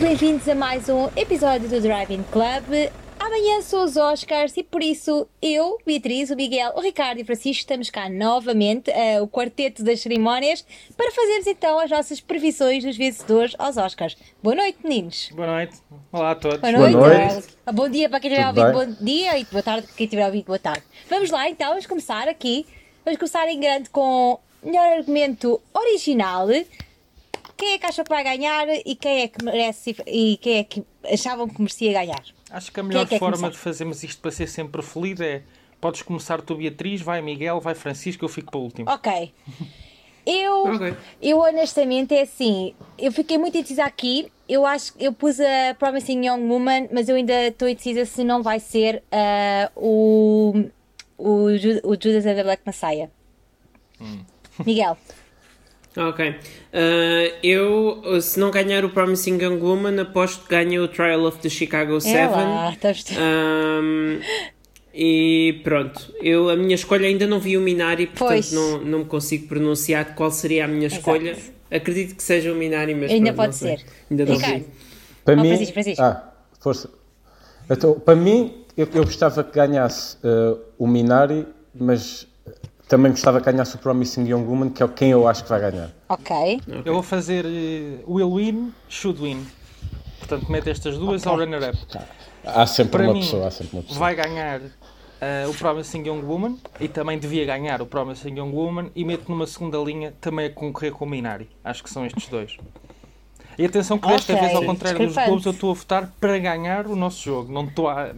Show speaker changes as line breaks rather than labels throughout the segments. Bem-vindos a mais um episódio do Driving Club. Amanhã são os Oscars e por isso eu, Beatriz, o Miguel, o Ricardo e o Francisco estamos cá novamente, eh, o quarteto das cerimónias, para fazermos então as nossas previsões dos vencedores aos Oscars. Boa noite, meninos.
Boa noite. Olá a todos.
Boa
Boa
noite.
noite.
Ah, Bom dia para quem tiver
Tudo
ouvido, bom dia e boa tarde para quem tiver ouvido, boa tarde. Vamos lá então, vamos começar aqui. Vamos começar em grande com melhor argumento original. Quem é que achou que vai ganhar e quem é que merece e quem é que achavam que merecia ganhar?
Acho que a melhor
Quem é que quer
forma
começar?
de fazermos isto para ser sempre feliz é podes começar tu, Beatriz, vai Miguel, vai Francisco, eu fico para o
Ah,
último.
Ok. Eu,
Ok.
eu honestamente é assim, eu fiquei muito indecisa aqui. Eu acho que eu pus a Promising Young Woman, mas eu ainda estou indecisa se não vai ser ah, o, o, Ju- o Judas and the Black Messiah. Miguel,
Ok. Ah, eu, se não ganhar o Promising Young Woman, aposto que ganha o Trial of the Chicago
é
7.
lá, estás tu.
Ahm, e pronto, eu a minha escolha ainda não vi o Minari, portanto
Pois.
não, não me consigo pronunciar de qual seria a minha escolha. Acredito que seja o Minari, mas
Ainda
pronto,
pode
não sei.
ser.
Ainda não vi.
Ricardo,
Para
Ó,
mim,
Francisco, Francisco.
Ah, força. Então, para mim, eu, eu gostava que ganhasse eh, o Minari, mas também gostava que ganhasse o Promising Young Woman, que é quem eu acho que vai ganhar.
ok.
Eu vou fazer eh, Will Win, Should Win. Portanto, mete estas duas ao runner-up.
Há sempre
Para
Ah, Tá, uma
mim,
pessoa, há sempre uma pessoa.
vai ganhar eh, o Promising Young Woman e também devia ganhar o Promising Young Woman e meto numa segunda linha também a concorrer com o Minari. Acho que são estes dois. E atenção que desta
Ok.
vez, ao contrário dos
Discrepante.
clubes, eu estou a votar para ganhar o nosso jogo. Não estou a...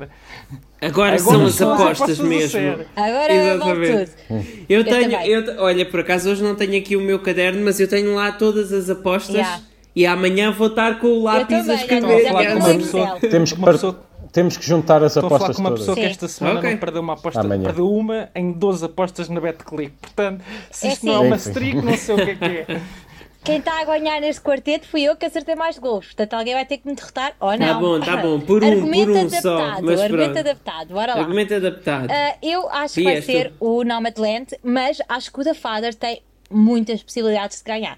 Agora, são as
são as
apostas
apostas a
mesmo.
sério.
Agora vale
Exatamente.
tudo.
Eu
Eu
tenho,
também.
eu te- olha, por acaso hoje não tenho aqui o meu caderno, mas eu tenho lá todas as apostas
Yeah.
e amanhã vou estar com o lápis
também,
a
olha,
escrever.
já
falar com
tenho
uma
muito
pessoa,
Excel.
Temos que,
uma
par-
pessoa
temos que juntar as
Estou a falar
apostas
com uma
todas.
pessoa que
Sim.
esta semana
Ok.
não perdeu uma aposta,
Amanhã.
perdeu uma em 12 apostas na BetClick. Portanto, se
É
isto não é
sim.
uma
Sim, sim.
streak, não sei o que é que é.
Quem está a ganhar neste quarteto fui eu que acertei mais gols. Portanto, alguém vai ter que me derrotar ou não.
Tá bom, tá bom. Por um- por
argumento
um
adaptado,
só, mas
argumento
pronto.
adaptado. Bora lá.
Argumento adaptado.
Ah, eu acho que
E
vai
és tu?
ser o Nomadland, mas acho que o da Father tem muitas possibilidades de ganhar.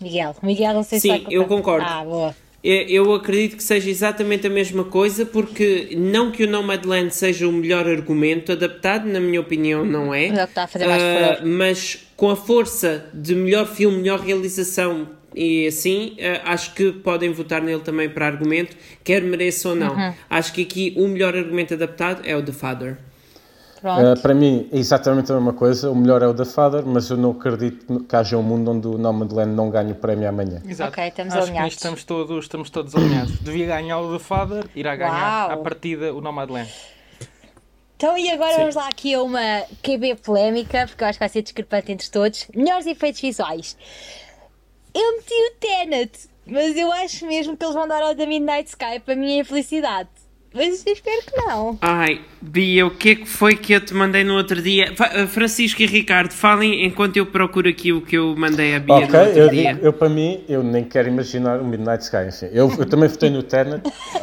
Miguel, Miguel, não sei se
Sim,
vai
eu concordo.
Ah, boa.
Eu- Eu acredito que seja exatamente a mesma coisa, porque não que o Nomadland seja o melhor argumento adaptado, na minha opinião, não é.
É o que está a fazer mais
Ah,
furor.
mas com a força de melhor filme, melhor realização e assim, ah, acho que podem votar nele também para argumento, quer mereça ou não.
Uhum.
Acho que aqui o melhor argumento adaptado é o The Father.
Eh,
Pronto.
para mim, é exatamente a mesma coisa. O melhor é o da Father, mas eu não acredito que haja um mundo onde o Nomadland não ganhe o prémio amanhã.
Exato.
Ok, estamos
Acho Que
alinhados.
nisto estamos todos, estamos todos alinhados. Devia ganhar o The Father, irá ganhar
Uau.
à partida o Nomadland.
Então, e agora vamos lá aqui a uma QB polémica, porque eu acho que vai ser discrepante entre todos. Melhores efeitos visuais. Eu meti o Tenet, mas eu acho mesmo que eles vão dar ao da Midnight Sky para é a minha infelicidade. Mas eu espero que não.
Ai, Bia, o que é que foi que eu te mandei no outro dia? Fa- ah, Francisco e Ricardo, falem enquanto eu procuro aqui o que eu mandei a Bia
Ok,
no outro
eu,
dia.
digo- eu para mim, eu nem quero imaginar o Midnight Sky, enfim. Eu, eu também votei no Tenet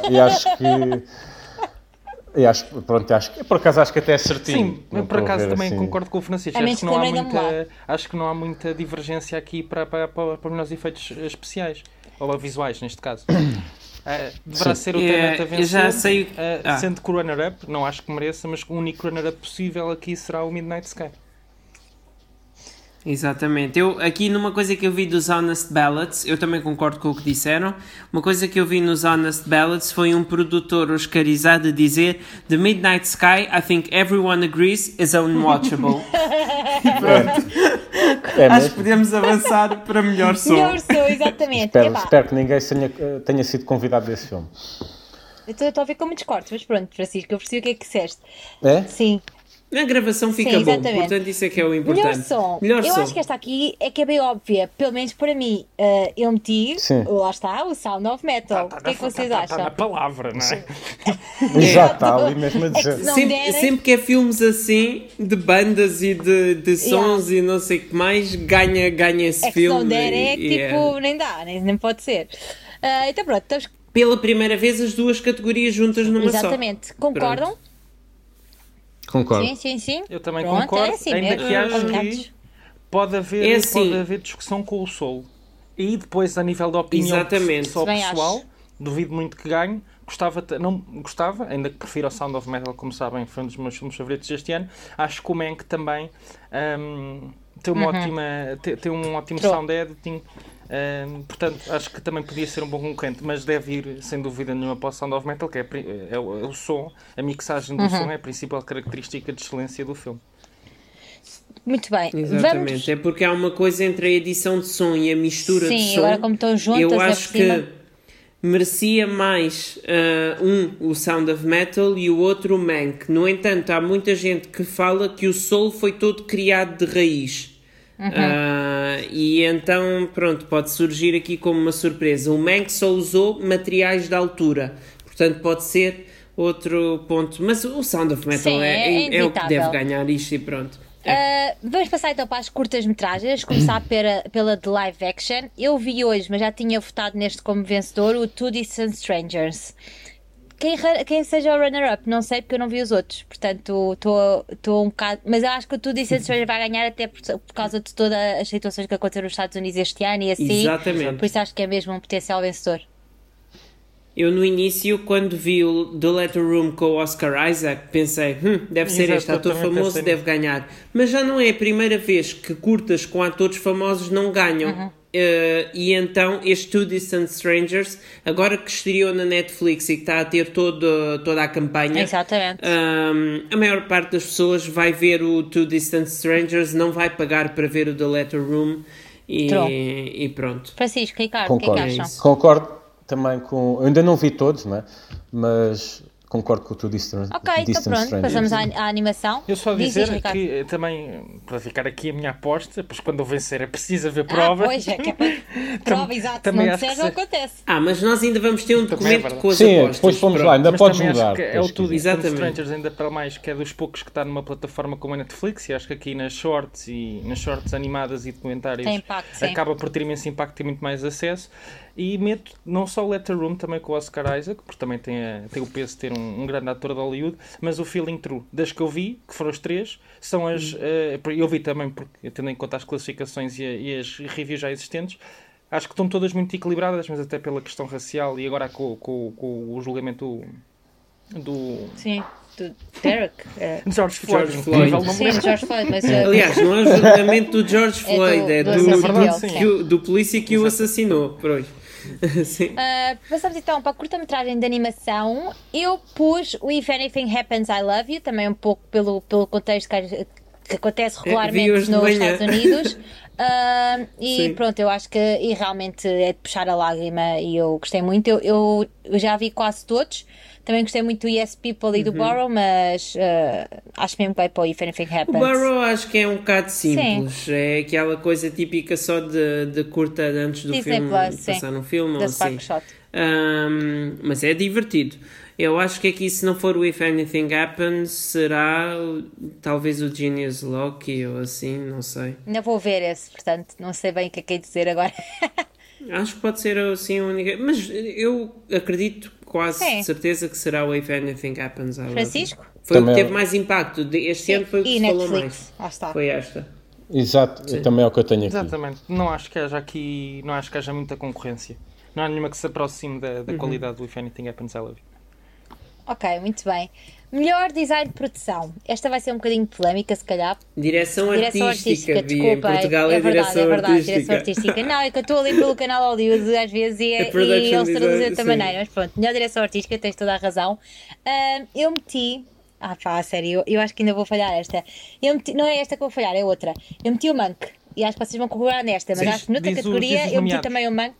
e acho que. E acho, que- pronto, acho que. Por acaso acho que até é certinho.
Sim,
Não
por
estou a
acaso
ver
também
assim-
concordo com o Francisco.
A
Acho
menos
que, não há
que lembrem de um
muita, acho que não há muita divergência aqui para, para, para, para melhores efeitos eh, especiais. Ou visuais, neste caso. Ah, deverá ser o
É,
Tenet a
eu
vencer.
já sei o que-
ah,
Ah.
Sendo que o runner-up, não acho que mereça, mas o único runner-up possível aqui será o Midnight Sky.
Exatamente. Eu, aqui numa coisa que eu vi dos Honest Ballots, eu também concordo com o que disseram. Uma coisa que eu vi nos Honest Ballots foi um produtor oscarizado a dizer: The Midnight Sky, I think everyone agrees, is unwatchable.
É
Acho
mesmo?
que podemos avançar para melhor som.
Melhor sou, exatamente.
Espero,
Epá,
espero que ninguém tenha, tenha sido convidado desse filme.
eu estou a ver com muitos cortes, mas pronto, Francisco, eu percebi o que é que disseste.
É?
Sim.
Na gravação fica
Sim,
bom,
exatamente.
portanto, isso é que é o
Melhor
importante.
som.
Melhor
eu
som.
acho que esta aqui é que é bem óbvia. Pelo menos para mim, Ah, eu meti,
Sim.
lá está, o Sound of Metal.
Tá,
o que é que vocês acham?
Está na palavra, não é?
Exato, está ali mesmo a dizer.
não
sempre,
derem-
sempre que é filmes assim, de bandas e de, de sons e não sei o que mais, ganha, ganha esse
É que se
filme.
não der
e-
é que
e é-
tipo, nem dá, nem, nem pode ser. Ah, então pronto, estamos...
Pela primeira vez, as duas categorias juntas numa só.
exatamente. Concordam?
Concordo.
Sim, sim, sim.
Eu também
Pronto,
concordo,
é assim
ainda
mesmo.
que acho
Alinhados.
que pode haver,
É assim.
pode haver discussão com o Sol. E depois, a nível da opinião
Exatamente.
só
Também acho.
pessoal, duvido muito que ganhe. Gostava, te- não gostava, ainda que prefiro o Sound of Metal, como sabem, foi um dos meus filmes favoritos deste ano. Acho que o Mank também hum, tem, uma
Uhum.
ótima, tem, tem um ótimo
True.
sound editing. hum, portanto, acho que também podia ser um bom concorrente, mas deve ir sem dúvida nenhuma para o Sound of Metal, que é, a pri- é o, é o som, a mixagem do
Uhum.
som é a principal característica de excelência do filme.
Muito bem.
Exatamente.
Vamos.
É porque há uma coisa entre a edição de som e a mistura
Sim,
de som.
agora como estão juntas,
eu
ainda
acho
por cima.
que merecia mais ah, um o Sound of Metal e o outro o Mank. No entanto, há muita gente que fala que o soul foi todo criado de raiz.
Uhum.
Ah, e então, pronto, pode surgir aqui como uma surpresa. O Mank só usou materiais da altura, portanto, pode ser outro ponto. Mas o Sound of Metal
Sim,
é,
é
é- é o que
inevitável.
deve ganhar isto e pronto. É.
Ah, vamos passar então para as curtas-metragens, começar pela, pela de live action. Eu vi hoje, mas já tinha votado neste como vencedor, o Two Distant Strangers. Quem, ra- quem seja o runner-up, não sei porque eu não vi os outros, portanto estou um bocado. Mas eu acho que o Two Distant Strangers vai ganhar até por, por causa de todas as situações que aconteceram nos Estados Unidos este ano e assim.
Exatamente.
Por isso acho que é mesmo um potencial vencedor.
Eu no início, quando vi o The Letter Room com o Oscar Isaac, pensei, hum, deve ser este
Exato, eu
ator
também
famoso,
pensei
deve ganhar. Mas já não é a primeira vez que curtas com atores famosos não ganham.
Uhum.
Eh, e então este Two Distant Strangers, agora que estreou na Netflix e que está a ter todo, toda a
É.
campanha,
Exatamente.
Ahm, a maior parte das pessoas vai ver o Two Distant Strangers, não vai pagar para ver o The Letter Room e,
Tron.
e pronto.
Francisco, Ricardo, o que é que
Concordo.
acham?
Concordo também com. Eu ainda não vi todos, não é? Mas concordo com o tu Distant,
Ok, então
Distant
pronto,
Strangers.
passamos à, à animação.
Eu só
Diz,
dizer
diz, Ricardo.
que eh, também, eh, para ficar aqui a minha aposta, pois quando eu vencer é preciso haver
Ah,
prova.
pois é, que é para- prova, exato. Se
também
não
acho que
disseres, não
se-
acontece.
Ah, mas nós ainda vamos ter um
Também é
documento
verdade.
com as
Sim,
apostas.
depois fomos
pronto.
lá, ainda
Mas
podes
também
mudar.
acho que é o
depois
tudo
quiser.
Distant
Exatamente.
Strangers, ainda para mais que é dos poucos que está numa plataforma como a Netflix, e acho que aqui nas shorts e nas shorts animadas e documentários
Tem impacto, sim.
acaba por ter imenso impacto e muito mais acesso. E meto não só o Letter Room, também com o Oscar Isaac, porque também tem, a- tem o peso de ter um, um grande ator de Hollywood, mas o Feeling True, das que eu vi, que foram os três, são as.
Hum.
eh, eu vi também, porque tendo em conta as classificações e, a- e as reviews já existentes. Acho que estão todas muito equilibradas, mas até pela questão racial e agora com, com- com o julgamento do
Sim, do Derek. é.
George Floyd.
Floyd.
incrível, não me
Sim,
lembro.
do George Floyd, mas uh,
Aliás, não é o julgamento do George
É do-
Floyd, é
do
do,
assassino
do-
dele,
sim.
que o- do polícia que o assassinou. Pronto. Sim.
uh, passamos então para a curta-metragem de animação. Eu pus o If Anything Happens, I Love You, também um pouco pelo, pelo contexto que, a- que acontece regularmente
hoje
nos
de manhã.
Estados Unidos. Uh, e
Sim.
pronto, eu acho que e realmente é de puxar a lágrima e eu gostei muito. Eu, eu- eu já vi quase todos. Também gostei muito do Yes People e do Borrow, mas uh, acho mesmo que vai para o If Anything
Uhum. O
Happens.
Barrow acho que é um bocado simples. É aquela coisa típica só de, de curta antes do
Disney
filme
Plus, sim.
passar no filme. Ou
Da Spark
assim.
Shot.
Ahm, mas é divertido. Eu acho que aqui, se não for o If Anything Happens, será o- talvez o Genius Loki ou assim, não sei.
Ainda vou ver esse, portanto, não sei bem o que é que é dizer agora.
Acho que pode ser assim a única. Mas eu acredito quase
É.
de certeza que será o If Anything Happens. I Love You.
Francisco?
Foi o
Também
que
é.
teve mais impacto. de- Este ano foi o que
e
se falou
Netflix. Lá está.
mais. Foi esta.
Exato, também é o que eu tenho aqui.
Exatamente. Não acho que haja aqui, não acho que haja muita concorrência. Não há nenhuma que se aproxime da, da qualidade do If Anything Happens I Love You.
Ok, muito bem. Melhor design de produção. Esta vai ser um bocadinho polémica, se calhar.
Direção,
Direção
artística,
artística,
Bia. Em
desculpa.
Portugal
é,
é,
é verdade,
direção
é verdade,
artística.
direção artística. Não, é que eu estou ali pelo canal Hollywood às vezes e,
É
é,
production
e eles traduzem de outra
design, sim.
maneira. Mas pronto, melhor direção artística, tens toda a razão. Ahm, eu meti. Ah, pá, a sério, eu, eu acho que ainda vou falhar esta. Eu meti, não é esta que eu vou falhar, é outra. Eu meti o Monk. E acho que vocês vão concordar nesta, mas
Diz-
acho que noutra
diz o- diz
categoria
os
eu meti
nomeados.
também o Monk.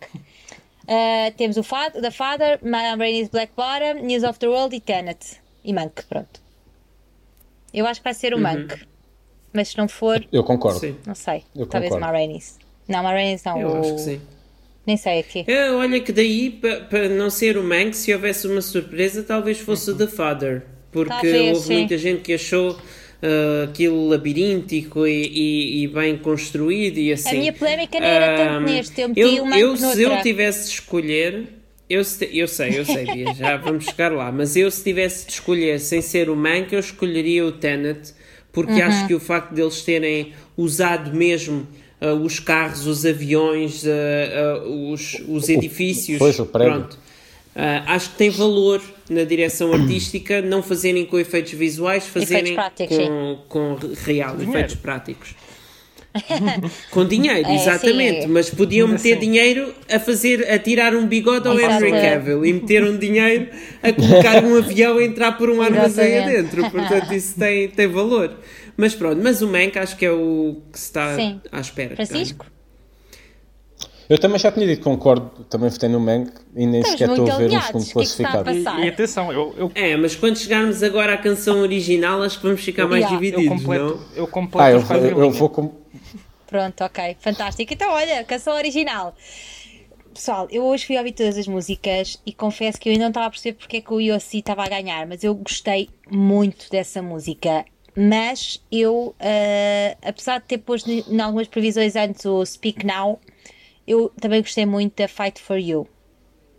Ah, temos o, Fad, o The Father, Madame Rainey's Black Bottom, News of the World e Tenet. E Monk, pronto. Eu acho que vai ser
Uhum.
o Monk. Mas se não for,
Eu concordo.
Sim,
não sei.
Eu
Talvez o
concordo.
Marainis. Não, Marainis não.
eu
o-
acho que sim.
Nem sei aqui.
É, olha que daí, para não ser o Mank, se houvesse uma surpresa, talvez fosse o The Father. Porque
Uhum. Talvez,
houve
sim.
muita gente que achou ah, aquilo labiríntico e, e- e bem construído e assim.
minha polémica não era tanto
Ah,
neste, eu meti o Mank
eu, Se eu
noutra.
tivesse de escolher, eu, se- eu sei, eu sei, Bia, já vamos chegar lá, mas eu se tivesse de escolher sem ser o Mank,
Uhum.
eu escolheria o Tenet, porque acho que o facto deles terem usado mesmo ah, os carros, os aviões, ah, ah, os, os edifícios.
pois, o prédio.
Pronto. Ah, acho que tem valor na direção artística não fazerem com efeitos visuais, fazerem
práticos,
com, com real,
Dinheiro.
efeitos práticos. Com dinheiro,
É,
exatamente.
sim.
Mas podiam
Ainda
meter
assim.
dinheiro a fazer, a tirar um bigode ao Henry
Exato.
Cavill e meteram dinheiro a colocar um avião a entrar por um armazém
Exatamente.
adentro. Portanto, isso tem, tem valor. Mas pronto, mas o Mank acho que é o que se está
Sim.
à espera. que
Francisco?
Eu também já tinha dito, concordo, também votei no Mank e nem sequer
muito
estou a ver um
alinhados.
segundo
O que é que está a
classificado.
passar?
Tá.
E, e atenção, eu, eu,
ganhe. É, mas quando chegarmos agora à canção original, acho que vamos ficar mais
Yeah.
eu
divididos,
completo,
não?
eu completo
Ah, eu,
os quatro
eu,
em
eu
linha.
vou com.
Pronto, ok, fantástico. Então, olha, canção original. Pessoal, eu hoje fui ouvir todas as músicas e confesso que eu ainda não estava a perceber porque é que o IOC estava a ganhar, mas eu gostei muito dessa música. Mas eu, ah, apesar de ter posto n- em algumas previsões antes o Speak Now, eu também gostei muito da Fight for You.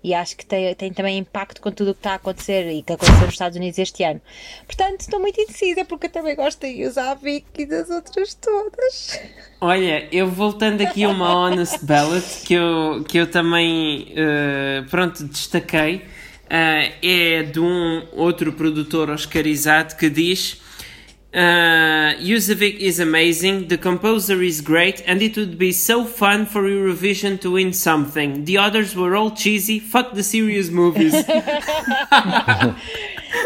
E acho que tem, tem também impacto com tudo o que está a acontecer e que aconteceu nos Estados Unidos este ano. Portanto, estou muito indecisa porque eu também gosto de usar a Vicky e das outras todas.
Olha, eu voltando aqui a uma Honest Ballot que eu, que eu também eh, pronto, destaquei, eh, é de um outro produtor oscarizado que diz eh, Yuzovic is amazing, the composer is great, and it would be so fun for Eurovision to win something. The others were all cheesy, fuck the serious movies.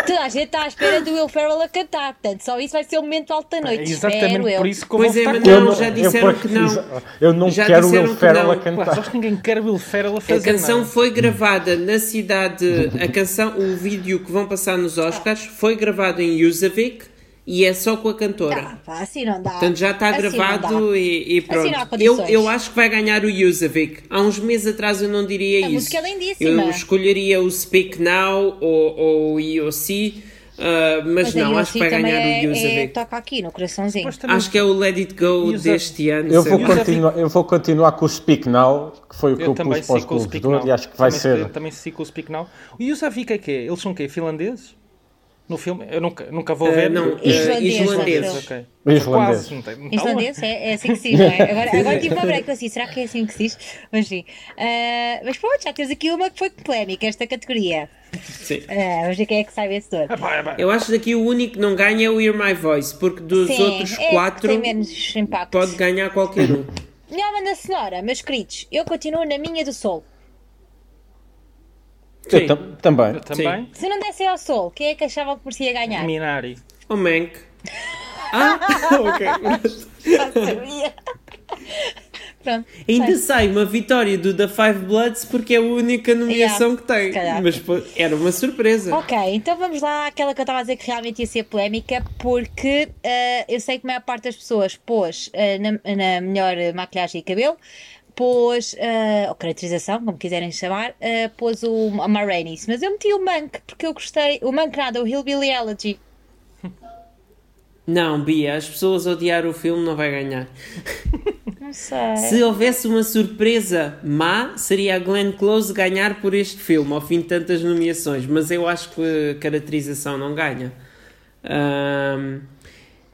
Toda a gente está à espera do Will Ferrell a cantar, portanto, só isso vai ser o momento de alta
É
noite. espero
exatamente
eu.
por isso que eu
Pois
vou
é,
votar
mas
contra.
não, já disseram
eu,
que não.
Eu não
Já
quero o
disseram
Will
que
Ferrell
não.
a
Claro, acho
cantar.
que ninguém quer Will Ferrell a
A
fazer
canção
nada.
foi gravada na cidade, a canção, o vídeo que vão passar nos Oscars foi gravado em Yuzovic e é só com a
Ah,
cantora.
pá, assim não dá.
Portanto, já está
Assim não
gravado
dá. Assim
e, e pronto.
não há
eu,
condições.
eu acho que vai ganhar o Yuzovic. Há uns meses atrás eu não diria
A
isso.
música é lindíssima.
eu escolheria o Speak Now ou, ou o EOC, ah, mas,
a
não,
Yossi
acho que vai
também
ganhar
é-
o
é,
Yuzovic.
toca aqui no coraçãozinho.
Mas também-
Acho que é o Let It Go
Yuzo-
deste ano.
Eu
sei
vou,
lá.
Yuzovic.
continuar, eu vou continuar com o Speak Now, que foi o
é
que eu,
Eu também
pus para os
sigo com o
clubes
Speak
de ouro,
Now.
e acho que vai
também,
ser.
Também sigo com o Speak Now. E o Zavik é que é? Eles são o quê? Finlandeses? No filme? Eu nunca, nunca vou
Ah,
ver.
não,
porque-
ah, Islandeses,
islandeses.
acho
ok.
Islandeses.
Quase, não tem- não está longe.
Islandês? É, é assim que se diz, não é? Agora, agora tive uma break assim, será que é assim que se diz? Mas sim. Ah, mas pronto, já temos aqui uma que foi polémica, esta categoria.
Sim.
Ah, vamos ver quem é que sai vencedor.
Ah, pá, é pá.
Eu acho que daqui o único que não ganha é o Hear My Voice, porque dos
Sim,
outros
é que
quatro
tem menos impacto.
pode ganhar qualquer um.
Melhor banda sonora, meus queridos, eu continuo na minha do Sol.
Eu
Sim.
tam- também.
Eu também.
Se não dessem ao Sol, quem é que achava que merecia ganhar?
Minari.
O Oh, Mank. Ah, ok.
Sabia. Pronto.
Ainda sai uma vitória do The Five Bloods porque é a única nomeação
Yeah,
que tem.
se calhar.
Mas pô, era uma surpresa.
Ok, então vamos lá àquela que eu estava a dizer que realmente ia ser polémica, porque eh, eu sei que a maior parte das pessoas pôs eh, na, na melhor eh, maquilhagem e cabelo, pôs, eh, ou caracterização, como quiserem chamar, eh, pôs o, a Ma Rainey's, mas eu meti o Monk, porque eu gostei, o Monk nada, o Hillbilly Elegy.
Não, Bia, as pessoas odiar o filme não vai ganhar.
Não sei.
Se houvesse uma surpresa má, seria a Glenn Close ganhar por este filme, ao fim de tantas nomeações, mas eu acho que a caracterização não ganha. Ahm,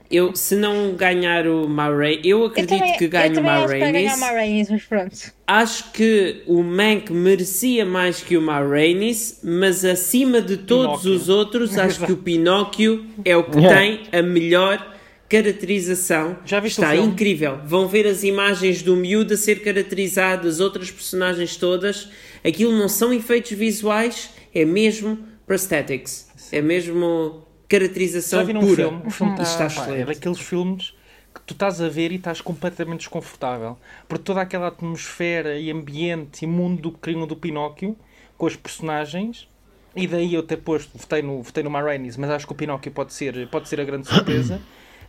eu, se não ganhar o Ma Rainey, eu acredito
eu também,
que
eu
ganhe o
também
Ma
acho que vai ganhar o
Rainey's.
Ma Rainey's, mas pronto.
Acho que o Mank merecia mais que o Ma Rainey's, mas acima de todos
Pinóquio.
os outros, acho que o Pinóquio é o que
Yeah.
tem a melhor caracterização.
Já viste o
Está
filme?
incrível. Vão ver as imagens do miúdo a ser caracterizado, as outras personagens todas. Aquilo não são efeitos visuais, é mesmo prosthetics. É mesmo caracterização
Já viram um
pura.
filme? O filme
E
está,
está
pá,
excelente.
é daqueles filmes que tu estás a ver e estás completamente desconfortável. Por toda aquela atmosfera e ambiente e mundo do crime do Pinóquio, com os personagens. E daí eu ter posto, votei no, votei no Ma Rainey's, mas acho que o Pinóquio pode ser, pode ser a grande surpresa.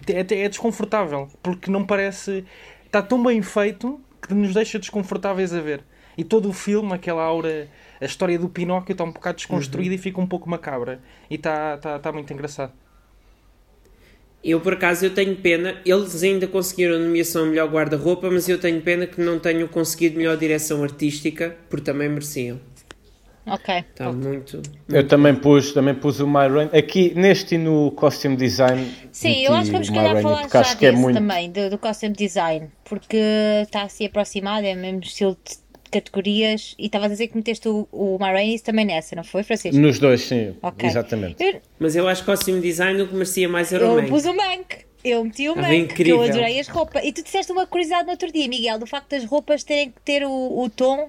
É, é- é desconfortável, porque não parece... Está tão bem feito que nos deixa desconfortáveis a ver. E todo o filme, aquela aura... A história do Pinóquio está um bocado desconstruída e
Uhum.
fica um pouco macabra. E está está está muito engraçado.
Eu, por acaso, eu tenho pena. Eles ainda conseguiram a nomeação de melhor guarda-roupa, mas eu tenho pena que não tenham conseguido melhor direção artística, porque também mereciam.
Ok.
Está muito.
Eu também pus, também pus o My Rain. Aqui, neste e no costume design.
Sim,
meti
eu acho que vamos
o My
calhar
Rain,
falar
porque
já
acho
disso
que é muito.
também, do, do costume design, porque está a se aproximado, é o mesmo estilo de categorias, e estavas a dizer que meteste o, o Marainis também nessa, não foi, Francisco?
Nos dois, sim.
Ok.
Exatamente.
Eu,
Mas eu acho que o costume design o que merecia mais era o
eu
Mank.
pus o Mank, eu meti o
Estava
Mank, que eu
incrível.
adorei as roupas, e tu disseste uma curiosidade no outro dia, Miguel, do facto das roupas terem que ter o, o tom,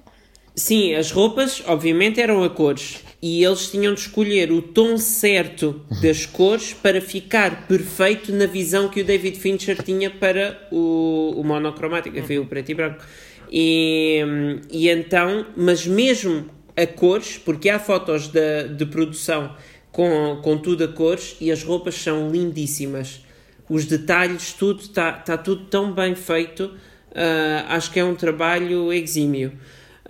Sim, as roupas obviamente eram a cores e eles tinham de escolher o tom certo das cores para ficar perfeito na visão que o David Fincher tinha para o, o monocromático, enfim, o preto e branco. E, e então, mas mesmo a cores, porque há fotos da- de, produção com, com tudo a cores e as roupas são lindíssimas. Os detalhes, tudo está tá tudo tão bem feito. ah, acho que é um trabalho exímio.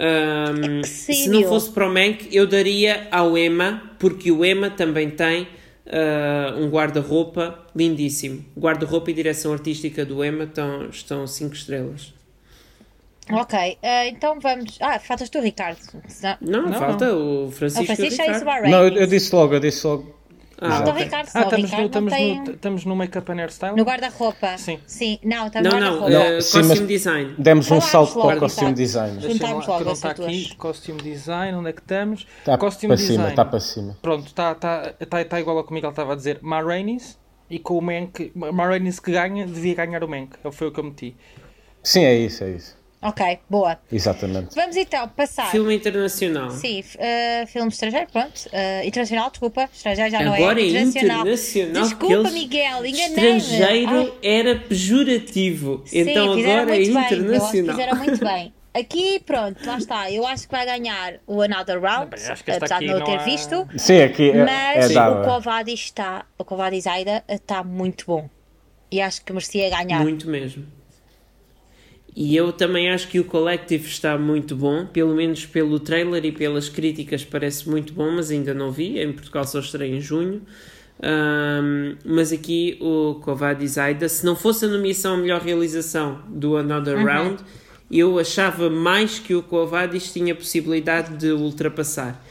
Ahm, se não
Exímio.
fosse para o Mank, eu daria ao Emma, porque o Emma também tem ah, um guarda-roupa lindíssimo. Guarda-roupa e direção artística do Emma estão, estão cinco estrelas.
ok, eh, então vamos, ah, faltas tu, Ricardo, senão...
Não,
Não,
falta o Francisco.
Ah, O Francisco já
Ricardo.
disse o Marainis.
Não, eu, eu disse logo, eu disse logo.
Ah,
Falta o
ok.
Ricardo,
Ah,
só o
estamos no,
Ricardo não
estamos,
tem...
no, estamos no Make-up and Hairstyle?
No guarda-roupa?
Sim.
não, está no
Não, não,
guarda-roupa.
eh,
Sim,
costume
mas-
design.
Demos um
Falámos
salto
logo,
para o costume
exato.
design. Tá
Deixa-me
Juntámos
lá,
logo
que não está
essas
aqui.
duas.
Costume design, onde é que estamos?
Está
costume
Tá para cima,
design.
está para cima.
Pronto, está tá, tá, tá igual ao que o Miguel estava a dizer. Marainis e com o Mank. Marainis que ganha, devia ganhar o Mank. Foi o que eu meti.
Sim, é isso, é isso.
Ok, boa.
Exatamente.
Vamos então passar.
Filme internacional.
Sim, f- eh, filme estrangeiro, pronto. Eh, internacional, desculpa. Estrangeiro já não
Agora
é.
é
Internacional.
internacional.
Desculpa,
porque eles-
Miguel, enganei-me.
Estrangeiro
Ai,
era pejorativo.
sim,
então
fizeram
agora é
muito bem. Eu acho que
internacional.
fizeram muito bem. Aqui, pronto, lá está. Eu acho que vai ganhar o Another Round, eh,
Bem, acho que esta
apesar de
aqui
não o ter
não há-
visto.
Sim, aqui é, é
Mas o
dava.
Covadi está, o Covadi Zaida eh, está muito bom. E acho que merecia ganhar.
Muito mesmo. E eu também acho que o Collective está muito bom, pelo menos pelo trailer e pelas críticas parece muito bom, mas ainda não vi. Em Portugal só estarei em junho. Ahm, mas aqui o Kovad Zaida, se não fosse a nomeação à melhor realização do Another Round, eu achava mais que o Covadis tinha possibilidade de ultrapassar.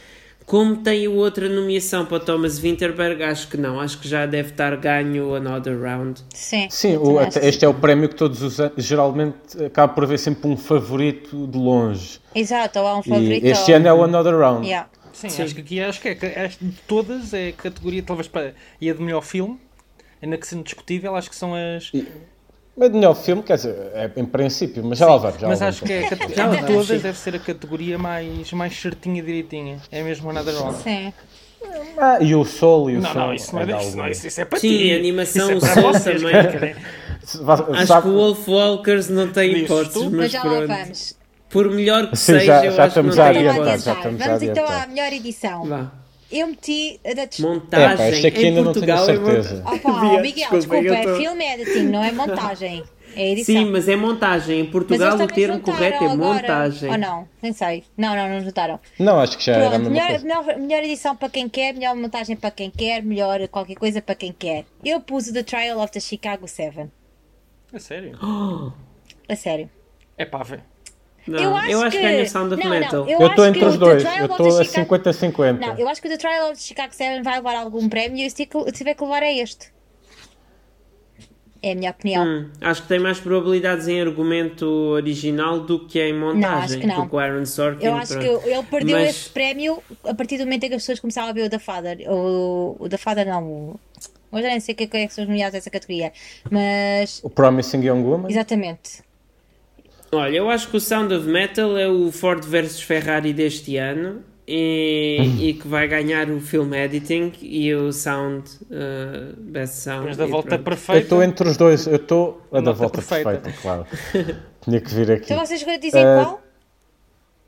Como tem outra nomeação para Thomas Winterberg, acho que não, acho que já deve estar ganho o Another Round.
Sim.
Sim,
eu
o-
também acho que
este é o prémio que todos os anos, geralmente acaba por haver sempre um favorito de longe.
Exato, ou há um
E
favorito.
este
ou-
ano é o Another Round.
Yeah.
Sim, acho que aqui acho que é, que é de todas é a categoria, talvez para e a de melhor filme, ainda que sendo discutível, acho que são as.
Mas melhor filme, quer dizer, é, em princípio, mas já lá vamos. Já
mas
lá
acho que
vamos.
é a cate-
Já
de todas
vamos, sim.
deve ser a categoria mais, mais certinha e direitinha. É mesmo a nada nova.
Sim.
Ah, e o Sol e o
Não,
Sol.
não, isso não é,
da
isso, não,
Alemanha.
isso, isso é para
Sim,
ti.
a animação
isso é para
só
vocês,
também.
cara.
Vá-
Acho
sabe-
que o Wolf Walkers não tem
Diz
hipóteses,
tu?
mas,
Mas já lá
pronto.
vamos.
Por melhor que
Sim,
seja,
já-
eu
já
acho que não
estamos É,
tem
Então,
a adiantar,
hipótese.
já estamos a
Vamos então
adiantar.
à melhor edição.
Vá.
Eu meti a da des-
É, pá,
Montagem
este aqui
em
ainda não tenho
Portugal é
certeza.
monta-
Opa, oh, Miguel,
Bia, desculpa,
desculpa,
eu
é
tô-
film editing, não é montagem. É edição.
Sim, mas é
Mas
montagem. Em
eles
Portugal o
também
termo
juntaram
correto é
agora,
montagem.
Ou não, nem sei. Não, não, não juntaram.
Não, acho que já era a
Pronto,
mesma
melhor,
coisa.
melhor, melhor edição para quem quer, melhor montagem para quem quer, melhor qualquer coisa para quem quer. Eu pus o The Trial of the Chicago 7.
É sério.
A sério.
É pá, velho.
Não, eu acho, que é ganha o Sound of
não, não,
Metal.
Eu estou
acho que
entre os
o The
dois,
Trial
eu
of
estou
the
a
Chicago- Não,
50-50.
eu acho que o The Trial of the Chicago 7 vai levar algum prémio e se tiver- tiver que levar é este. É a minha opinião.
Hum, acho que tem mais probabilidades em argumento original do que em montagem.
acho que não.
Porque o Aaron Sorkin,
eu acho que
pronto.
ele perdeu
Mas-
esse prémio a partir do momento em que as pessoas começaram a ver o The Father. O, o The Father não. o- Hoje nem sei o que é que são os nomeados dessa categoria. Mas.
O Promising Young Woman.
Exatamente.
Olha, eu acho que o Sound of Metal é o Ford versus Ferrari deste ano e, e que vai ganhar o Film Editing e o Sound uh, Best Sound.
Depois da
e
volta
pronto.
Eu
perfeita.
estou entre os dois, eu estou a da
Nota
volta
perfeita.
perfeita, claro. Tinha que vir aqui.
Então vocês dizem
Eh,
qual?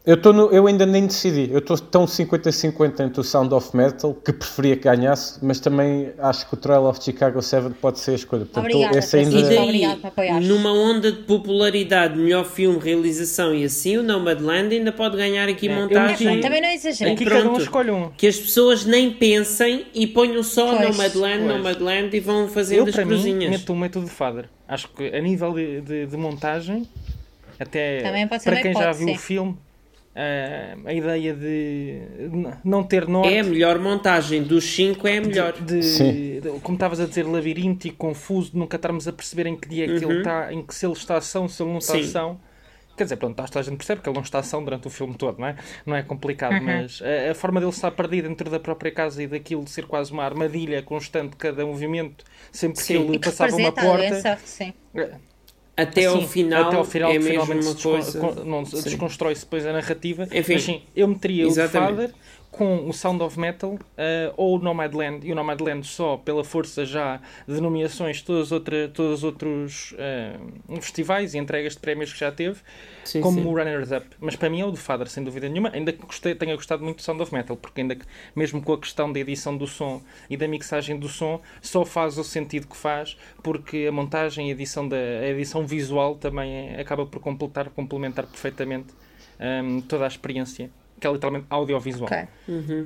Eu, tô no- eu ainda nem decidi. Eu estou tão 50-50 entre o Sound of Metal, que preferia que ganhasse, mas também acho que o Trail of Chicago 7 pode ser a escolha. Portanto,
Obrigada,
esse
E
Francisco.
ainda.
Muito
daí,
obrigado por apoiares.
numa onda de popularidade, melhor filme, realização e assim, o Nomadland ainda pode ganhar aqui
É, eu
montagem.
imagino-
Também não é exagerem.
Aqui cada um
Pronto.
escolhe um.
Que as pessoas nem pensem e ponham só
Pois,
Nomadland,
pois.
Nomadland e vão
Eu,
fazendo as
para mim,
cruzinhas.
meto um método de Father. Acho que a nível de, de- de montagem, até
Também pode ser
para
uma
quem já
hipótese,
viu o
sim.
filme, eh, a ideia de n- não ter norte.
É a melhor montagem, dos 5 é a melhor.
De,
Sim.
de- como estavas a dizer, labiríntico, confuso, de nunca estarmos a perceber em que dia é que ele está, em que se ele está ação, se ele não está
Uhum. Sim.
ação. Quer dizer, pronto, acho que a gente percebe que ele não está ação durante o filme todo, não é? Não é complicado,
Uhum.
mas a, a forma dele estar perdido dentro da própria casa e daquilo ser quase uma armadilha constante, cada movimento, sempre que
Sim.
ele
E que
passava uma
representa a
porta.
doença, sim.
eh,
Até, ao
Sim,
final,
Assim, até ao final
é
que
a mesma
finalmente se descon-
coisa.
con- não, se
Sim.
desconstrói-se depois a narrativa.
Enfim,
Mas sim, eu meteria
exatamente.
o The Father com o Sound of Metal eh, ou o Nomadland, e o Nomadland só pela força já de nomeações de todas outra, todos os outros eh, festivais e entregas de prémios que já teve,
Sim,
como
sim.
o Runners Up. Mas para mim é o The Father, sem dúvida nenhuma, ainda que gostei, tenha gostado muito do Sound of Metal, porque ainda que, mesmo com a questão da edição do som e da mixagem do som, só faz o sentido que faz, porque a montagem e a edição, da, a edição visual também é- acaba por completar, complementar perfeitamente hum, toda a experiência, que é literalmente audiovisual.
Ok.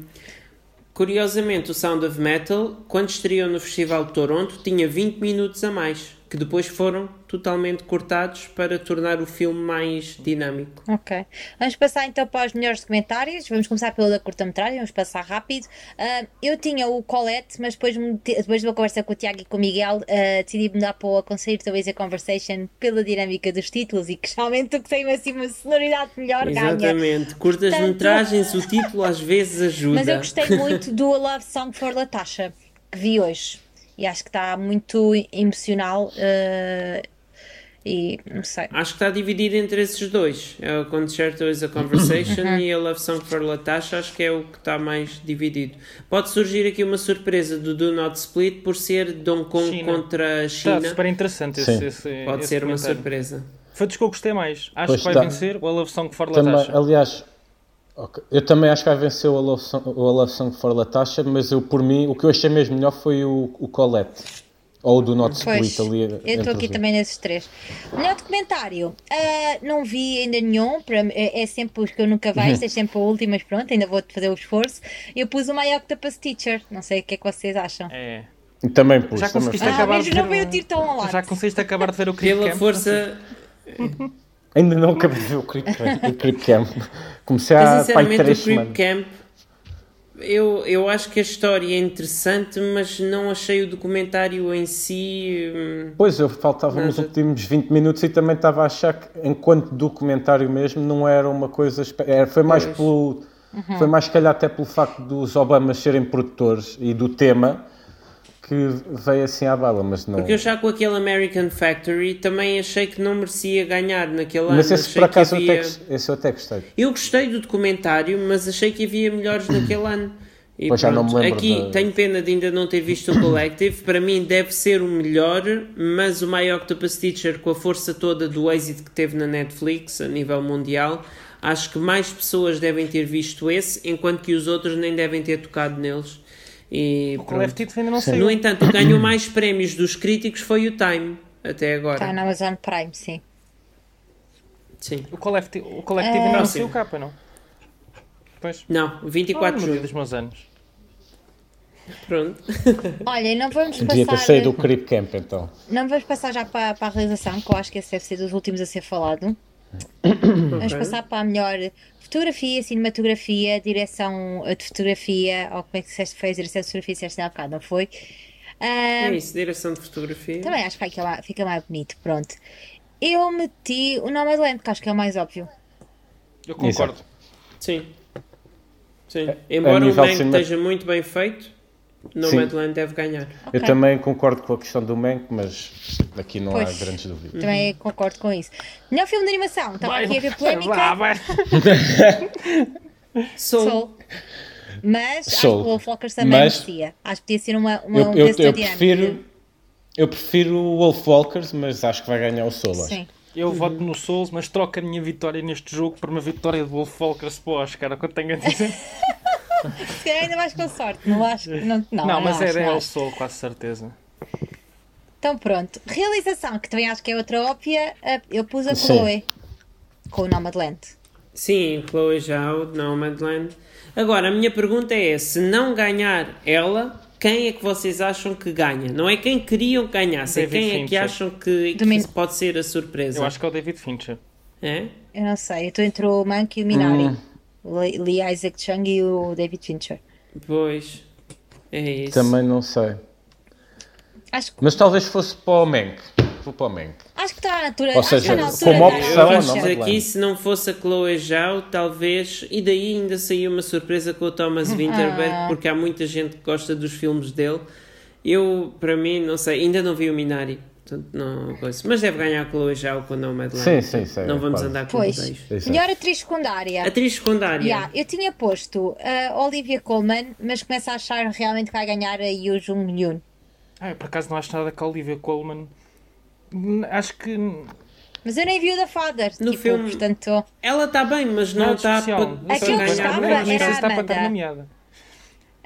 Curiosamente, o Sound of Metal, quando estreou no Festival de Toronto, tinha 20 minutos a mais, que depois foram totalmente cortados para tornar o filme mais dinâmico.
Ok. Vamos passar então para os melhores documentários. Vamos começar pelo da curta-metragem, vamos passar rápido. Ah, eu tinha o Colette, mas depois, me- depois de uma conversa com o Tiago e com o Miguel, ah, decidi mudar para o Aconselho Talvez a Conversation pela dinâmica dos títulos e que realmente o que tem assim uma sonoridade melhor ganha.
Exatamente. Curtas
Tanto-
metragens, o título às vezes ajuda.
Mas eu gostei muito do A Love Song for Latasha, que vi hoje. E acho que está muito emocional. eh, e não sei.
Acho que está dividido entre esses dois. É o Concerto is a Conversation e a Love Song for Latasha. Acho que é o que está mais dividido. Pode surgir aqui uma surpresa do Do Not Split por ser de Hong Kong
China.
contra a
Está
China.
Tá super interessante esse,
Sim.
esse-
Pode
esse
ser uma
comentário.
surpresa.
Foi dos que eu gostei mais. Acho
Pois
que vai
está.
vencer o I Love Song for
Também,
Latasha.
aliás, ok, eu também acho que vai vencer o Love Song, o Love Song for Latasha, mas eu, por mim, o que eu achei mesmo melhor foi o, o Colette. Ou o do Not
Pois,
Split ali.
eu
entre
estou
os
aqui
dois.
também nesses três. Melhor documentário. Ah, não vi ainda nenhum, para mim- é é sempre os que eu nunca vejo,
Uhum.
é sempre o último, mas pronto, ainda vou fazer o esforço. Eu pus o My Octopus Teacher, não sei o que é que vocês acham.
É.
Também pus.
Já
também
conseguiste
pus.
Ah,
acabar
mas
de
não
ver
veio
o-
o tiro tão ao lado.
Já conseguiste acabar de ver o Creep
Pela
Camp?
força.
Ainda não acabei de ver o Creep Camp. o é Creep Camp. Comecei
Ah,
Mas,
há pai,
sinceramente,
três
o é- Creep
semanas.
Camp. Eu, eu acho que a história é interessante, mas não achei o documentário em si. hum,
Pois, eu faltava nos
Nada.
últimos 20 minutos e também estava a achar que, enquanto documentário mesmo, não era uma coisa... espe- Era, foi mais pelo...
Uhum.
Foi mais, se calhar, até pelo facto dos Obamas serem produtores e do tema que veio assim à bala, mas não...
Porque eu já com aquele American Factory também achei que não merecia ganhar naquele ano.
Mas esse,
achei
por acaso,
que
eu,
havia...
até, gos- esse eu até gostei.
Eu gostei do documentário, mas achei que havia melhores naquele ano. E
Pois já não
pronto,
me lembro
Aqui
de-
tenho pena de ainda não ter visto o Collective. Para mim deve ser o melhor, mas o My Octopus Teacher, com a força toda do êxito que teve na Netflix a nível mundial, acho que mais pessoas devem ter visto esse, enquanto que os outros nem devem ter tocado neles. E
O Left
pronto.
It ainda não
No
saiu.
entanto, o que ganhou mais prémios dos críticos foi o Time, até agora.
Está na Amazon Prime, sim.
Sim.
O Collective, o Collective ainda não
Próximo.
saiu capa, não? Pois.
Não,
Ah,
24
no
de
dia
julho.
dos meus anos.
Pronto.
Olha, e não vamos
Devia ter
passar. eh,
saído o Creep Camp, então.
Não vamos passar já para, para a realização, que eu acho que esse deve ser dos últimos a ser falado. Vamos passar para a melhor fotografia, cinematografia, direção eh, de fotografia, ou como é que disseste, fez direção de fotografia, disseste há bocado, não foi? Ah,
É isso, direção de fotografia.
também acho que fica, lá- fica mais bonito, pronto. Eu meti o nome Land, que acho que é o mais óbvio.
Eu concordo. É,
Sim. Sim.
a
Embora o
nível
Mank
cinema-
esteja muito bem feito, Nomadland deve ganhar.
Ok.
Eu também concordo com a questão do Mank, mas aqui não
Pois. Então
há grandes dúvidas.
Também
Uhum.
concordo com isso. Melhor filme de animação, estava aqui a ver
Vá,
polémica.
vai.
Soul.
Soul. Mas acho que
Soul.
o Wolfwalkers também
Mas-
merecia. Acho que podia ser uma, uma
Eu,
um
eu,
desse
eu
da dinâmica.
prefiro, eu prefiro o Wolf Walkers, mas acho que vai ganhar o Solo. acho.
Sim.
Eu voto no Souls, mas troco a minha vitória neste jogo por uma vitória de Wolf Walkers para o Oscar, é o que eu tenho a dizer.
Se calhar ainda mais com sorte, não acho. Não, não,
Não, mas
acho,
era
não
é o
acho.
Soul, quase certeza.
Então pronto. Realização, que também acho que é outra ópia, eh, eu pus a
Sim.
Chloe com o Nomadland.
Sim, Chloe Zhao, de Nomadland. Agora, a minha pergunta é: se não ganhar ela, quem é que vocês acham que ganha? Não é quem queriam que ganhasse, é
David
quem é que
Fincher.
acham que, que
Domin-
pode ser a surpresa.
Eu acho que é o David Fincher.
É?
Eu não sei, eu estou entre o Mank e o Minari.
Hum.
Li- Li Isaac Chung e o David Fincher.
Pois. É isso.
Também não sei.
Acho, que-
Mas talvez fosse para o Mank. Vou para o Mank.
acho que está na altura.
Ou
acho que
seja,
está na altura
como
da-
opção,
Eu acho
não, é?
que
Madeleine?
aqui, se não fosse a Chloe Zhao, talvez. E daí ainda saiu uma surpresa com o Thomas
Ah.
Winterberg, porque há muita gente que gosta dos filmes dele. Eu, para mim, não sei, ainda não vi o Minari. Portanto, não conheço. Mas deve ganhar a Chloe Zhao com o nome
Sim,
Madeline.
sim, sim,
Não vamos
quase.
andar com
Pois.
rodeios.
Exato.
Melhor atriz secundária.
Atriz secundária.
Yeah, eu tinha posto a Olivia Colman, mas começo a achar realmente que vai ganhar a Yoo Jung Yoon.
Ah, eu por acaso não acho nada que a Olivia Colman. Acho que.
Mas eu nem vi o da Father.
No
tipo,
filme-
portanto,
Ela está bem, mas não tá
nada
está
especial.
para,
Não
para
sei,
Aquilo que
mas
estava
também não sei
era
se
a
está para estar
Amanda.
nomeada.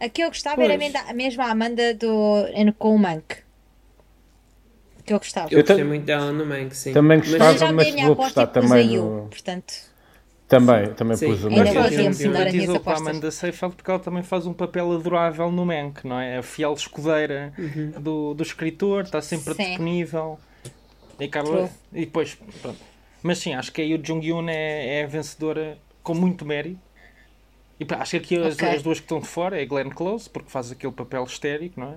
a que eu gostava
Pois.
era mesmo- mesmo a Amanda do, em- com o Mank. Que eu gostava.
Eu
Eu tam-
gostei muito dela no Mank, sim.
também
Mas-
Mas eu
gostava.
já
mas
dei a minha
vou
aposta e
apostar
pus a
também
Yoo,
no-
portaném
Também, também
Sim.
pus o
Ainda
Mank.
vou
Mas
a
a
tempo
gente
de dar as minhas
simpatizou com a
apostas.
Amanda Seyfeld porque ela também faz um papel adorável no Mank, não é? É a fiel escudeira do, do escritor, está sempre
Uhum. Sim.
disponível.
True.
E, acaba, e depois, pronto. Mas sim, acho que aí o Jung Yoon é, é a vencedora com muito mérito. E pá, acho que aqui as,
Ok.
as duas que estão de fora é Glenn Close, porque faz aquele papel histérico, não é?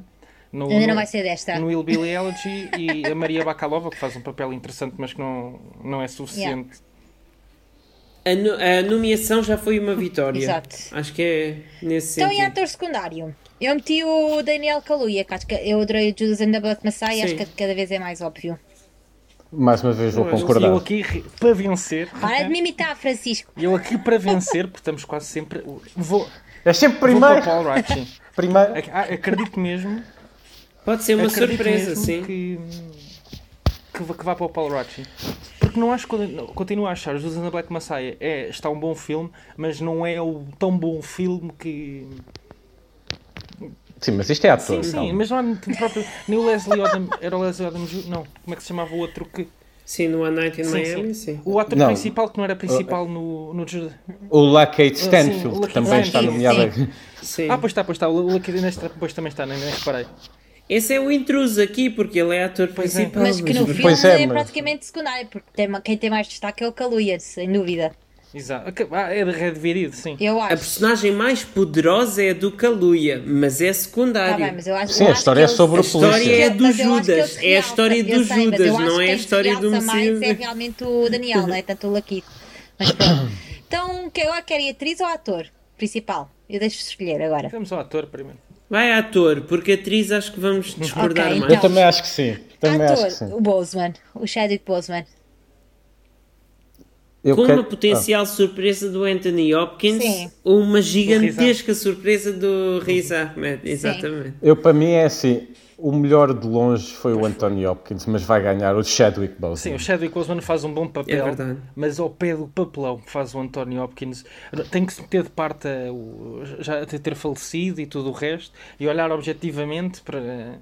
No-
Ainda não
no-
vai ser desta.
no Will Billy Elegy e a Maria Bakalova, que faz um papel interessante, mas que não, não é suficiente.
A, no- a nomeação já foi uma vitória.
Exato.
Acho que é nesse
Então, em
sentido.
ator secundário, eu meti o Daniel Kaluuya, que acho que eu adorei o Judas and the Black Messiah e acho
Sim.
que cada vez é mais óbvio.
Mais uma vez vou
Mas
concordar.
Então, eu aqui re- para vencer.
Para é de me imitar, Francisco.
Eu aqui para vencer, porque estamos quase sempre. Vou, vou
É sempre
para
primeiro.
o Paul Ratchin.
Primeiro.
Ac- ah, Acredito mesmo.
Pode ser uma
acredito
surpresa,
mesmo
sim.
Que, que, vá- que vá para o Paul Ratchin. Porque não acho que. Continuo a achar. Judas and the Black Messiah é, está um bom filme, mas não é o tão bom filme que.
Sim, mas isto é ator.
Sim, sim,
calma.
mas não há muito próprio. Nem o Leslie Odom. Era o Leslie Odom Jr. Não, como é que se chamava o outro que.
Sim, no One Night in
Sim,
Miami,
sim.
sim.
O ator
Não.
principal que não era principal no, no Judas.
O La Kate
sim, o
Stanfield,
La
que
Kate
também está
Stanfield,
nomeada.
Sim.
Ah, pois está, pois está. O Lucky Dinestra depois também está, nem nem reparei.
Esse é o intruso aqui, porque ele é ator
Pois é.
principal.
Mas que no
mas-
filme
Pois é,
é,
mas-
praticamente secundário, porque tem ma- quem tem mais destaque é o Kaluuya, sem dúvida.
Exato. Ok, Ah, é redvirido, sim.
Eu
A
acho.
personagem mais poderosa é a do Kaluuya, mas é
Tá
secundária.
bem, mas eu acho
Sim,
eu
a
acho
história
que
é
eles-
sobre o
A história é
polícia.
Mas
do
eu acho que
Judas,
eles
é a história
realçam- eu
do
sei, mas eu acho
Judas, não
que
é a
quem
história do
realça mais É
Messias.
realmente o Daniel, não é tanto o Lucky. Mas pronto. Então, quem eu quero é atriz ou ator principal? Eu deixo-vos escolher agora.
Vamos ao ator primeiro.
Vai ator, porque atriz acho que vamos discordar
Ok,
mais.
então.
Eu também acho que sim. Também acho que
ator,
sim.
o Boseman, o Chadwick Boseman.
Eu
Com
quero- Ah.
uma potencial surpresa do Anthony Hopkins,
Sim.
uma gigantesca surpresa do Riz Ahmed, exatamente.
Ah, eu para mim é assim. O melhor de longe foi o Anthony Hopkins, mas vai ganhar o Chadwick
Sim,
Boseman.
o Chadwick Boseman faz um bom
É
papel,
verdade.
mas ao pé do papelão que faz o Anthony Hopkins, tem que se meter de parte a, o- já até ter falecido e tudo o resto, e olhar objetivamente para...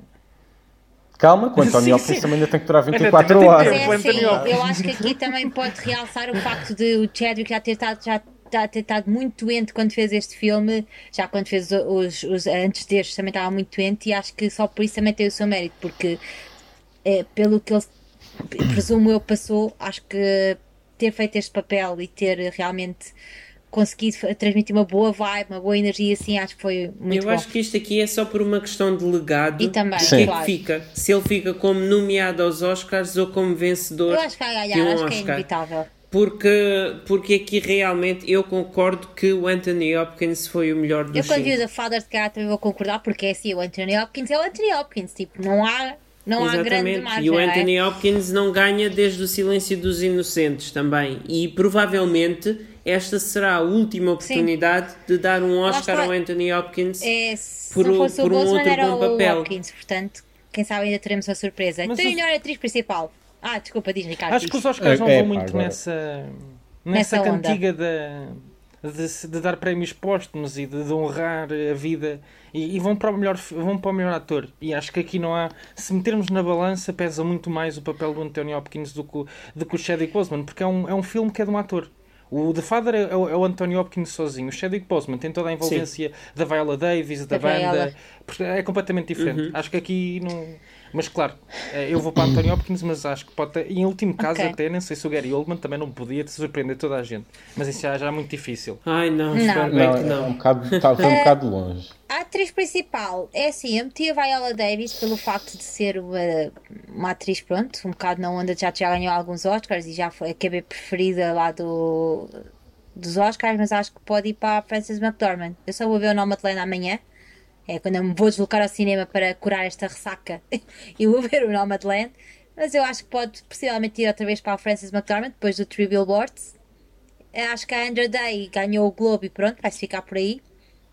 Calma, que o Anthony
Sim,
Hopkins
sim.
também ainda tem que durar 24
Ainda tem
Mas é
tempo.
horas.
o
assim,
Anthony Hopkins.
eu acho que aqui também pode realçar o facto de o Chadwick já ter estado, já, já ter estado muito doente quando fez este filme, já quando fez os, os antes destes também estava muito doente e acho que só por isso também tem o seu mérito, porque eh, pelo que ele presumo eu passou, acho que ter feito este papel e ter realmente conseguido fa- transmitir uma boa vibe, uma boa energia, assim, acho que foi muito
eu
bom.
acho que isto aqui é só por uma questão de legado.
E também,
O que é que
claro.
fica? Se ele fica como nomeado aos Oscars ou como vencedor
Eu acho que vai
de
ganhar,
um
acho que é
Oscar.
inevitável.
porque, porque aqui realmente eu concordo que o Anthony Hopkins foi o melhor
Eu
dos
quando vi o
cinco.
The Father de cá também vou concordar porque é assim, o Anthony Hopkins é o Anthony Hopkins, tipo, não há, não há grande margem.
E o
não é?
Anthony Hopkins não ganha desde o Silêncio dos Inocentes também. E provavelmente esta será a última oportunidade de dar um Oscar
está.
ao Anthony Hopkins.
É, se
Por
não
um-
fosse
por
o
um
Boseman
outro
era
bom
o
papel.
Hopkins, portanto, quem sabe ainda teremos uma surpresa.
Mas
então,
os-
melhor atriz principal. Ah, desculpa, diz Ricardo.
Acho que os
diz.
Oscars não
É, é,
vão
pá,
muito
agora.
nessa,
Nessa
nessa,
onda.
cantiga da- de, se- de dar prémios póstumos e de, de honrar a vida e, e vão, para o melhor, fi- vão para o melhor ator. E acho que aqui não há. Se metermos na balança, pesa muito mais o papel do Anthony Hopkins do que, o- do que o Chadwick Boseman, porque é um, é um filme que é de um ator. O The Father é, é o é o Anthony Hopkins sozinho. O Chadwick Boseman tem toda a envolvência da Viola Davis, da,
Da Viola.
banda. porque É completamente diferente. Acho que aqui não. Mas claro, eh, eu vou para Anthony Hopkins, mas acho que pode ter, em último caso
Ok.
até, nem sei se o Gary Oldman também não podia te surpreender toda a gente. Mas isso já, já é muito difícil.
Ai não,
Não.
espero bem
Não,
que
é um
não.
bocado, tá, foi um bocado longe.
A atriz principal é assim, eu meti a Viola Davis pelo facto de ser uma, uma atriz, pronto, um bocado na onda, já, já ganhou alguns Oscars e já foi a KB preferida lá do, dos Oscars, mas acho que pode ir para a Frances McDormand. Eu só vou ver o nome de Helena amanhã, é quando eu me vou deslocar ao cinema para curar esta ressaca e vou ver o nome de Helena, mas eu acho que pode possivelmente ir outra vez para a Frances McDormand depois do Three Billboards. Eu Acho que a Andra Day ganhou o Globo e pronto, vai-se ficar por aí.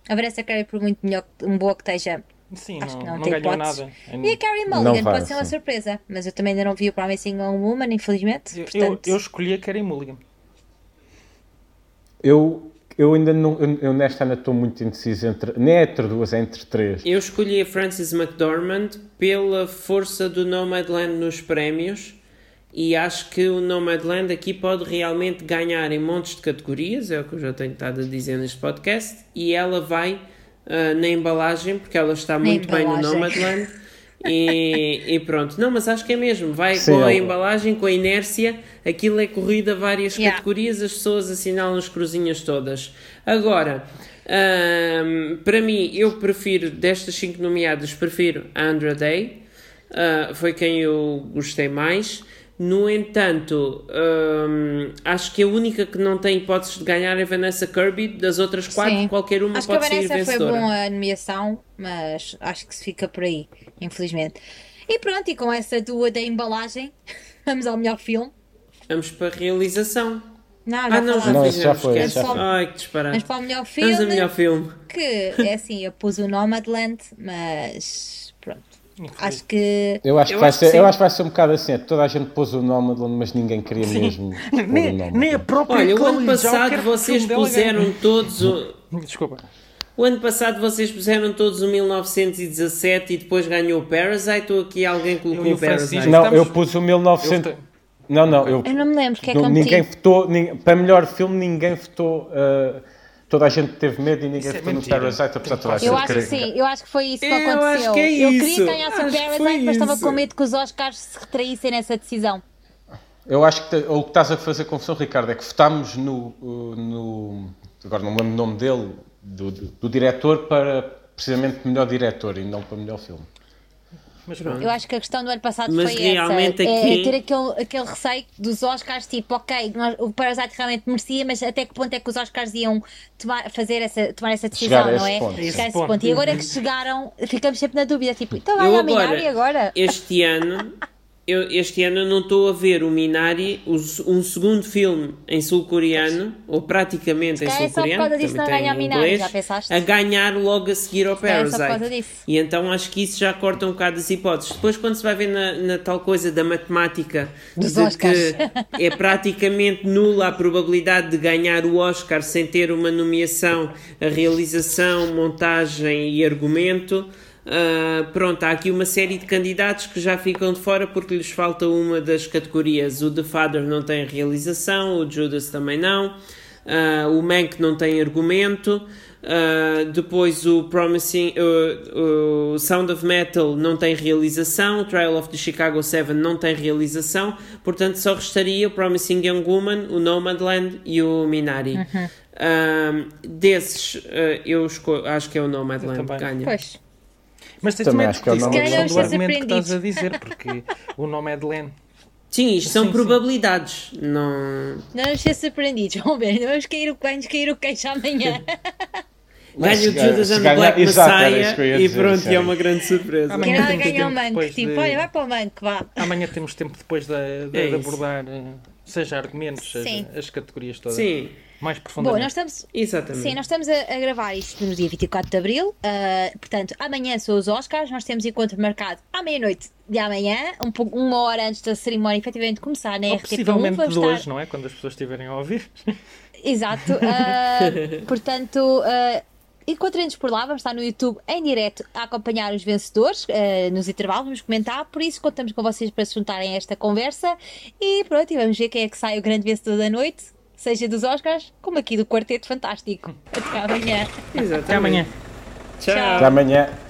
A Vanessa Carey, por muito melhor, que- um boa que esteja,
Sim,
acho
não,
que
não,
não, tem
ganhou
hipóteses.
nada.
E a Carrie Mulligan
vai,
pode ser uma
sim.
surpresa, mas eu também ainda não vi o Promising Young Woman, infelizmente.
Eu, eu,
portanto,
eu escolhi a Karen Mulligan.
Eu, eu ainda não, eu, eu nesta ainda estou muito indeciso entre, nem é entre duas, é entre três.
Eu escolhi a Frances McDormand pela força do Nomadland nos prémios e acho que o Nomadland aqui pode realmente ganhar em montes de categorias, é o que eu já tenho estado a dizer neste podcast, e ela vai ah, na embalagem, porque ela está muito bem no
embalagem.
Nomadland. E, e pronto, não, mas acho que é mesmo. Vai
Sim,
com a
ela-
embalagem, com a inércia, aquilo é corrida a várias
Yeah.
categorias, as pessoas assinalam as cruzinhas todas. Agora, ahm, para mim, eu prefiro, destas cinco nomeadas, prefiro a Andra Day, ah, foi quem eu gostei mais. No entanto, ahm, acho que a única que não tem hipóteses de ganhar é Vanessa Kirby, das outras quatro,
sim.
qualquer uma
acho que a
pode ser
Vanessa foi
vencedora.
boa a nomeação, mas acho que se fica por aí, infelizmente. E pronto, e com essa dua da embalagem, vamos ao melhor filme.
Vamos para a realização.
Não, já
Ah, não, já
falámos.
Não,
fizemos,
isso já foi,
esquece.
já foi.
Ai, que disparate.
Mas para o melhor filme,
Vamos ao melhor filme.
que é assim, eu pus o Nomadland, mas pronto. Acho que
Eu acho,
Eu
que vai
acho que
ser,
sim.
eu acho que vai ser um bocado assim. é, Toda a gente pôs o Nomadland, mas ninguém queria mesmo pôr
é
o
Nem, nem a
Nomadland.
própria
Olha, o ano
Chloe Zhao quer
passado
que é um o
vocês
filme dela
puseram todos o.
ganhe. Desculpa.
O ano passado vocês puseram todos o 1917 e depois ganhou o Parasite ou aqui alguém colocou
Eu e o
o Parasite?
Francisco.
Não,
Estamos-
eu pus o 1900.
Eu te-
Não, não, eu.
eu não me lembro o que é que eu
não-
meti.
ninguém votou. nin- Para melhor filme, ninguém votou. eh, toda a gente teve medo e ninguém
é
votou no
mentira.
Parasite, apesar de toda a gente
Eu acho que
querer.
sim, eu acho que foi isso que
Eu acho
aconteceu.
que é
eu
isso.
queria ganhar
Acho que
Super
foi
Parasite, mas estava
isso.
com medo que os Oscars se retraíssem nessa decisão.
Eu acho que te- o que estás a fazer confusão, Ricardo, é que votámos no. uh, no- agora não me lembro o nome dele, do, do, do diretor, para precisamente melhor diretor e não para melhor filme.
Mas pronto.
Eu acho que a questão do ano passado
Mas
foi
realmente
essa.
aqui-
É ter aquele, aquele receio dos Oscars, tipo, ok, nós- o Parasite realmente merecia, mas até que ponto é que os Oscars iam tomar, fazer essa, tomar essa decisão,
Chegar a
não
esse
é?
ponto,
Chegar a
sim.
esse ponto. E agora que chegaram, ficamos sempre na dúvida, tipo, então vai
Eu
ao Minari
agora,
agora?
este ano, eu, este ano eu não estou a ver o Minari, os- um segundo filme em sul-coreano, ou praticamente em
calhar é só por
sul-coreano,
causa disso
também
não
tem
ganhar
em
Minari,
inglês,
já pensaste?
a ganhar logo a seguir ao
calhar é só por
Parasite.
causa disso.
E então acho que isso já corta um bocado as hipóteses. Depois, quando se vai ver na, na tal coisa da matemática,
Dos
de
Oscars.
que é praticamente nula a probabilidade de ganhar o Oscar sem ter uma nomeação, a realização, montagem e argumento. ah, pronto, há aqui uma série de candidatos que já ficam de fora porque lhes falta uma das categorias. O The Father não tem realização, o Judas também não, ah, o Mank não tem argumento, ah, depois o Promising, o- o Sound of Metal não tem realização, o Trial of the Chicago 7 não tem realização, portanto só restaria o Promising Young Woman, o Nomadland e o Minari. Ah, desses, ah, eu esco- acho que é o
Eu
Nomadland que
também.
ganha.
Pois.
Mas tens
Também
também
acho que é o
discutido
nome
a
do
questão do
filme.
argumento que
Surpreendidos.
estás a dizer, porque o nome é Adelaine.
Sim, isto são
Sim, sim.
probabilidades, não...
Não vamos ser surpreendidos, vamos ver, não vamos cair o, vamos cair o queixo amanhã.
Mas
Ganha
se
o
ganhar-
Judas
se
and the
ganhar-
Black
exato, era isso que eu ia
Messiah e
dizer,
pronto,
sim.
é uma grande surpresa.
Amanhã-
Que
Amanhã
nada
temos
ganha o
tempo
Manco,
depois
tipo,
de-
olha, vai para o Manco, vá.
Amanhã temos tempo depois de, de- de
É isso.
abordar, eh, seja argumentos,
Sim.
seja as categorias todas.
Sim,
Mais
Bom,
profundamente.
nós estamos,
Hum.
exatamente.
Sim, nós estamos a, a gravar isto no dia 24 de Abril. uh, portanto, amanhã são os Oscars. Nós temos encontro marcado à meia-noite de amanhã, um pouco- uma hora antes da cerimónia efetivamente começar na
Ou
RTP1.
possivelmente
Vamos
de hoje,
estar...
não é? Quando as pessoas estiverem a ouvir.
Exato. uh, portanto, uh, encontrem-nos por lá. Vamos estar no YouTube em direto a acompanhar os vencedores uh, nos intervalos. Vamos comentar. Por isso, contamos com vocês para se juntarem a esta conversa. E pronto, e vamos ver quem é que sai o grande vencedor da noite, seja dos Oscars, como aqui do Quarteto Fantástico. Até amanhã.
Exatamente.
Até amanhã.
Tchau.
Até amanhã.